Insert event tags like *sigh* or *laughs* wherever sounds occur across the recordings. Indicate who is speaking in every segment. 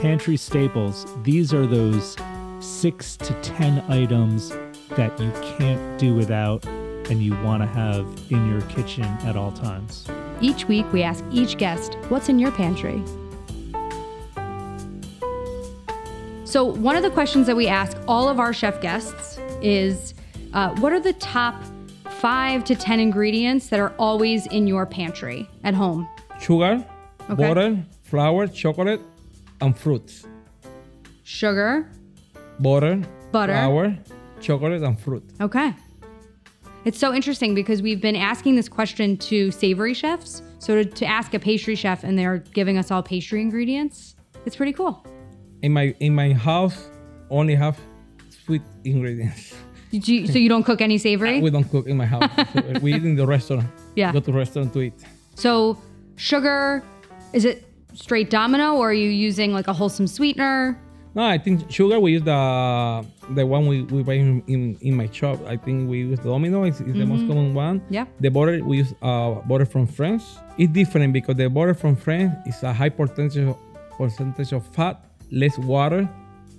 Speaker 1: pantry staples, these are those six to 10 items that you can't do without and you want to have in your kitchen at all times.
Speaker 2: Each week, we ask each guest, What's in your pantry? So, one of the questions that we ask all of our chef guests is uh, What are the top five to 10 ingredients that are always in your pantry at home?
Speaker 3: Sugar,
Speaker 2: Okay.
Speaker 3: butter, flour, chocolate, and fruits.
Speaker 2: Sugar,
Speaker 3: Butter,
Speaker 2: Butter.
Speaker 3: flour, chocolate, and fruit.
Speaker 2: Okay. It's so interesting because we've been asking this question to savory chefs. So to, to ask a pastry chef and they're giving us all pastry ingredients, it's pretty cool.
Speaker 3: In my in my house, only have sweet ingredients.
Speaker 2: Did you, so you don't cook any
Speaker 3: We
Speaker 2: savory?
Speaker 3: don't cook in my
Speaker 2: *laughs*
Speaker 3: house. So we eat in the restaurant.
Speaker 2: Yeah.
Speaker 3: Go to restaurant to eat.
Speaker 2: So sugar, is it straight domino or are you using like a wholesome sweetener?
Speaker 3: No, I think sugar. We use the the one we, we buy in, in, in my shop. I think we use Domino. It's, it's the most common one.
Speaker 2: Yep.
Speaker 3: The butter we use uh, butter from France. It's different because the butter from France is a high percentage percentage of fat, less water,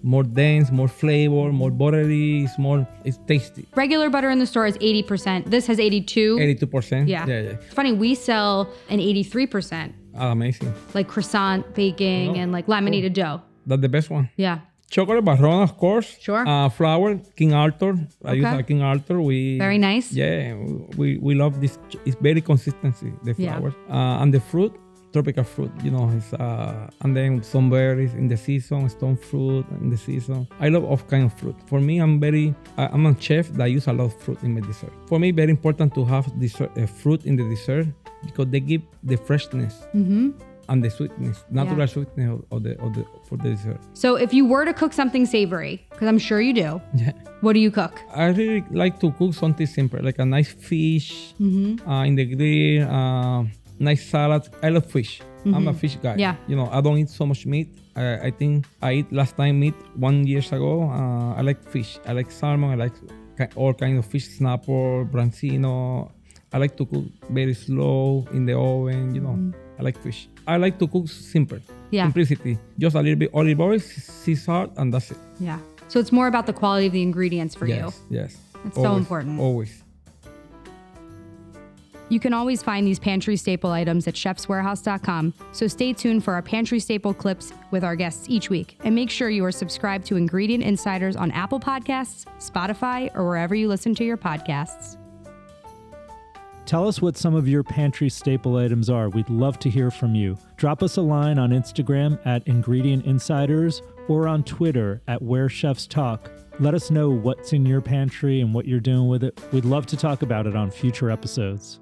Speaker 3: more dense, more flavor, more buttery. It's more it's tasty.
Speaker 2: Regular butter in the store is 80%. This has 82.
Speaker 3: Eighty two percent.
Speaker 2: Yeah.
Speaker 3: Yeah. Yeah.
Speaker 2: It's funny, we sell an 83%,
Speaker 3: Amazing.
Speaker 2: like croissant baking
Speaker 3: Oh,
Speaker 2: and like laminated dough.
Speaker 3: That's the best one.
Speaker 2: Yeah.
Speaker 3: Chocolate Barrona, of course.
Speaker 2: Sure.
Speaker 3: Uh, flour, King Arthur. I use
Speaker 2: Okay.
Speaker 3: a King Arthur. We
Speaker 2: Very nice.
Speaker 3: Yeah, we, we love this. ch- It's very consistency the
Speaker 2: Yeah.
Speaker 3: flour uh, and the fruit, tropical fruit. You know, it's uh, and then some berries in the season, stone fruit in the season. I love all kind of fruit. For me, I'm very I- I'm a chef that use a lot of fruit in my dessert. For me, very important to have dessert uh, fruit in the dessert because they give the freshness
Speaker 2: Mm-hmm.
Speaker 3: and the sweetness, natural sweetness of, of the of the for the dessert.
Speaker 2: So if you were to cook something savory, because I'm sure you do,
Speaker 3: Yeah.
Speaker 2: what do you cook?
Speaker 3: I really like to cook something simple, like a nice fish
Speaker 2: Mm-hmm.
Speaker 3: uh, in the grill, uh, nice salad. I love fish. I'm a fish guy.
Speaker 2: Mm-hmm. Yeah.
Speaker 3: You know, I don't eat so much meat. I, I think I eat last time meat one years ago. Uh, I like fish. I like salmon. I like ki- all kind of fish, snapper, brancino. I like to cook very slow in the oven. You know, I like fish. I like to cook simple.
Speaker 2: Mm-hmm. Yeah.
Speaker 3: Simplicity. Just a little bit olive oil, sea salt, and that's it.
Speaker 2: Yeah. So it's more about the quality of the ingredients for you.
Speaker 3: Yes. Yes.
Speaker 2: That's so important.
Speaker 3: Always.
Speaker 2: You can always find these pantry staple items at chefswarehouse.com, so stay tuned for our pantry staple clips with our guests each week. And make sure you are subscribed to Ingredient Insiders on Apple Podcasts, Spotify, or wherever you listen to your podcasts.
Speaker 1: Tell us what some of your pantry staple items are. We'd love to hear from you. Drop us a line on Instagram at Ingredient Insiders or on Twitter at Where Chefs Talk. Let us know what's in your pantry and what you're doing with it. We'd love to talk about it on future episodes.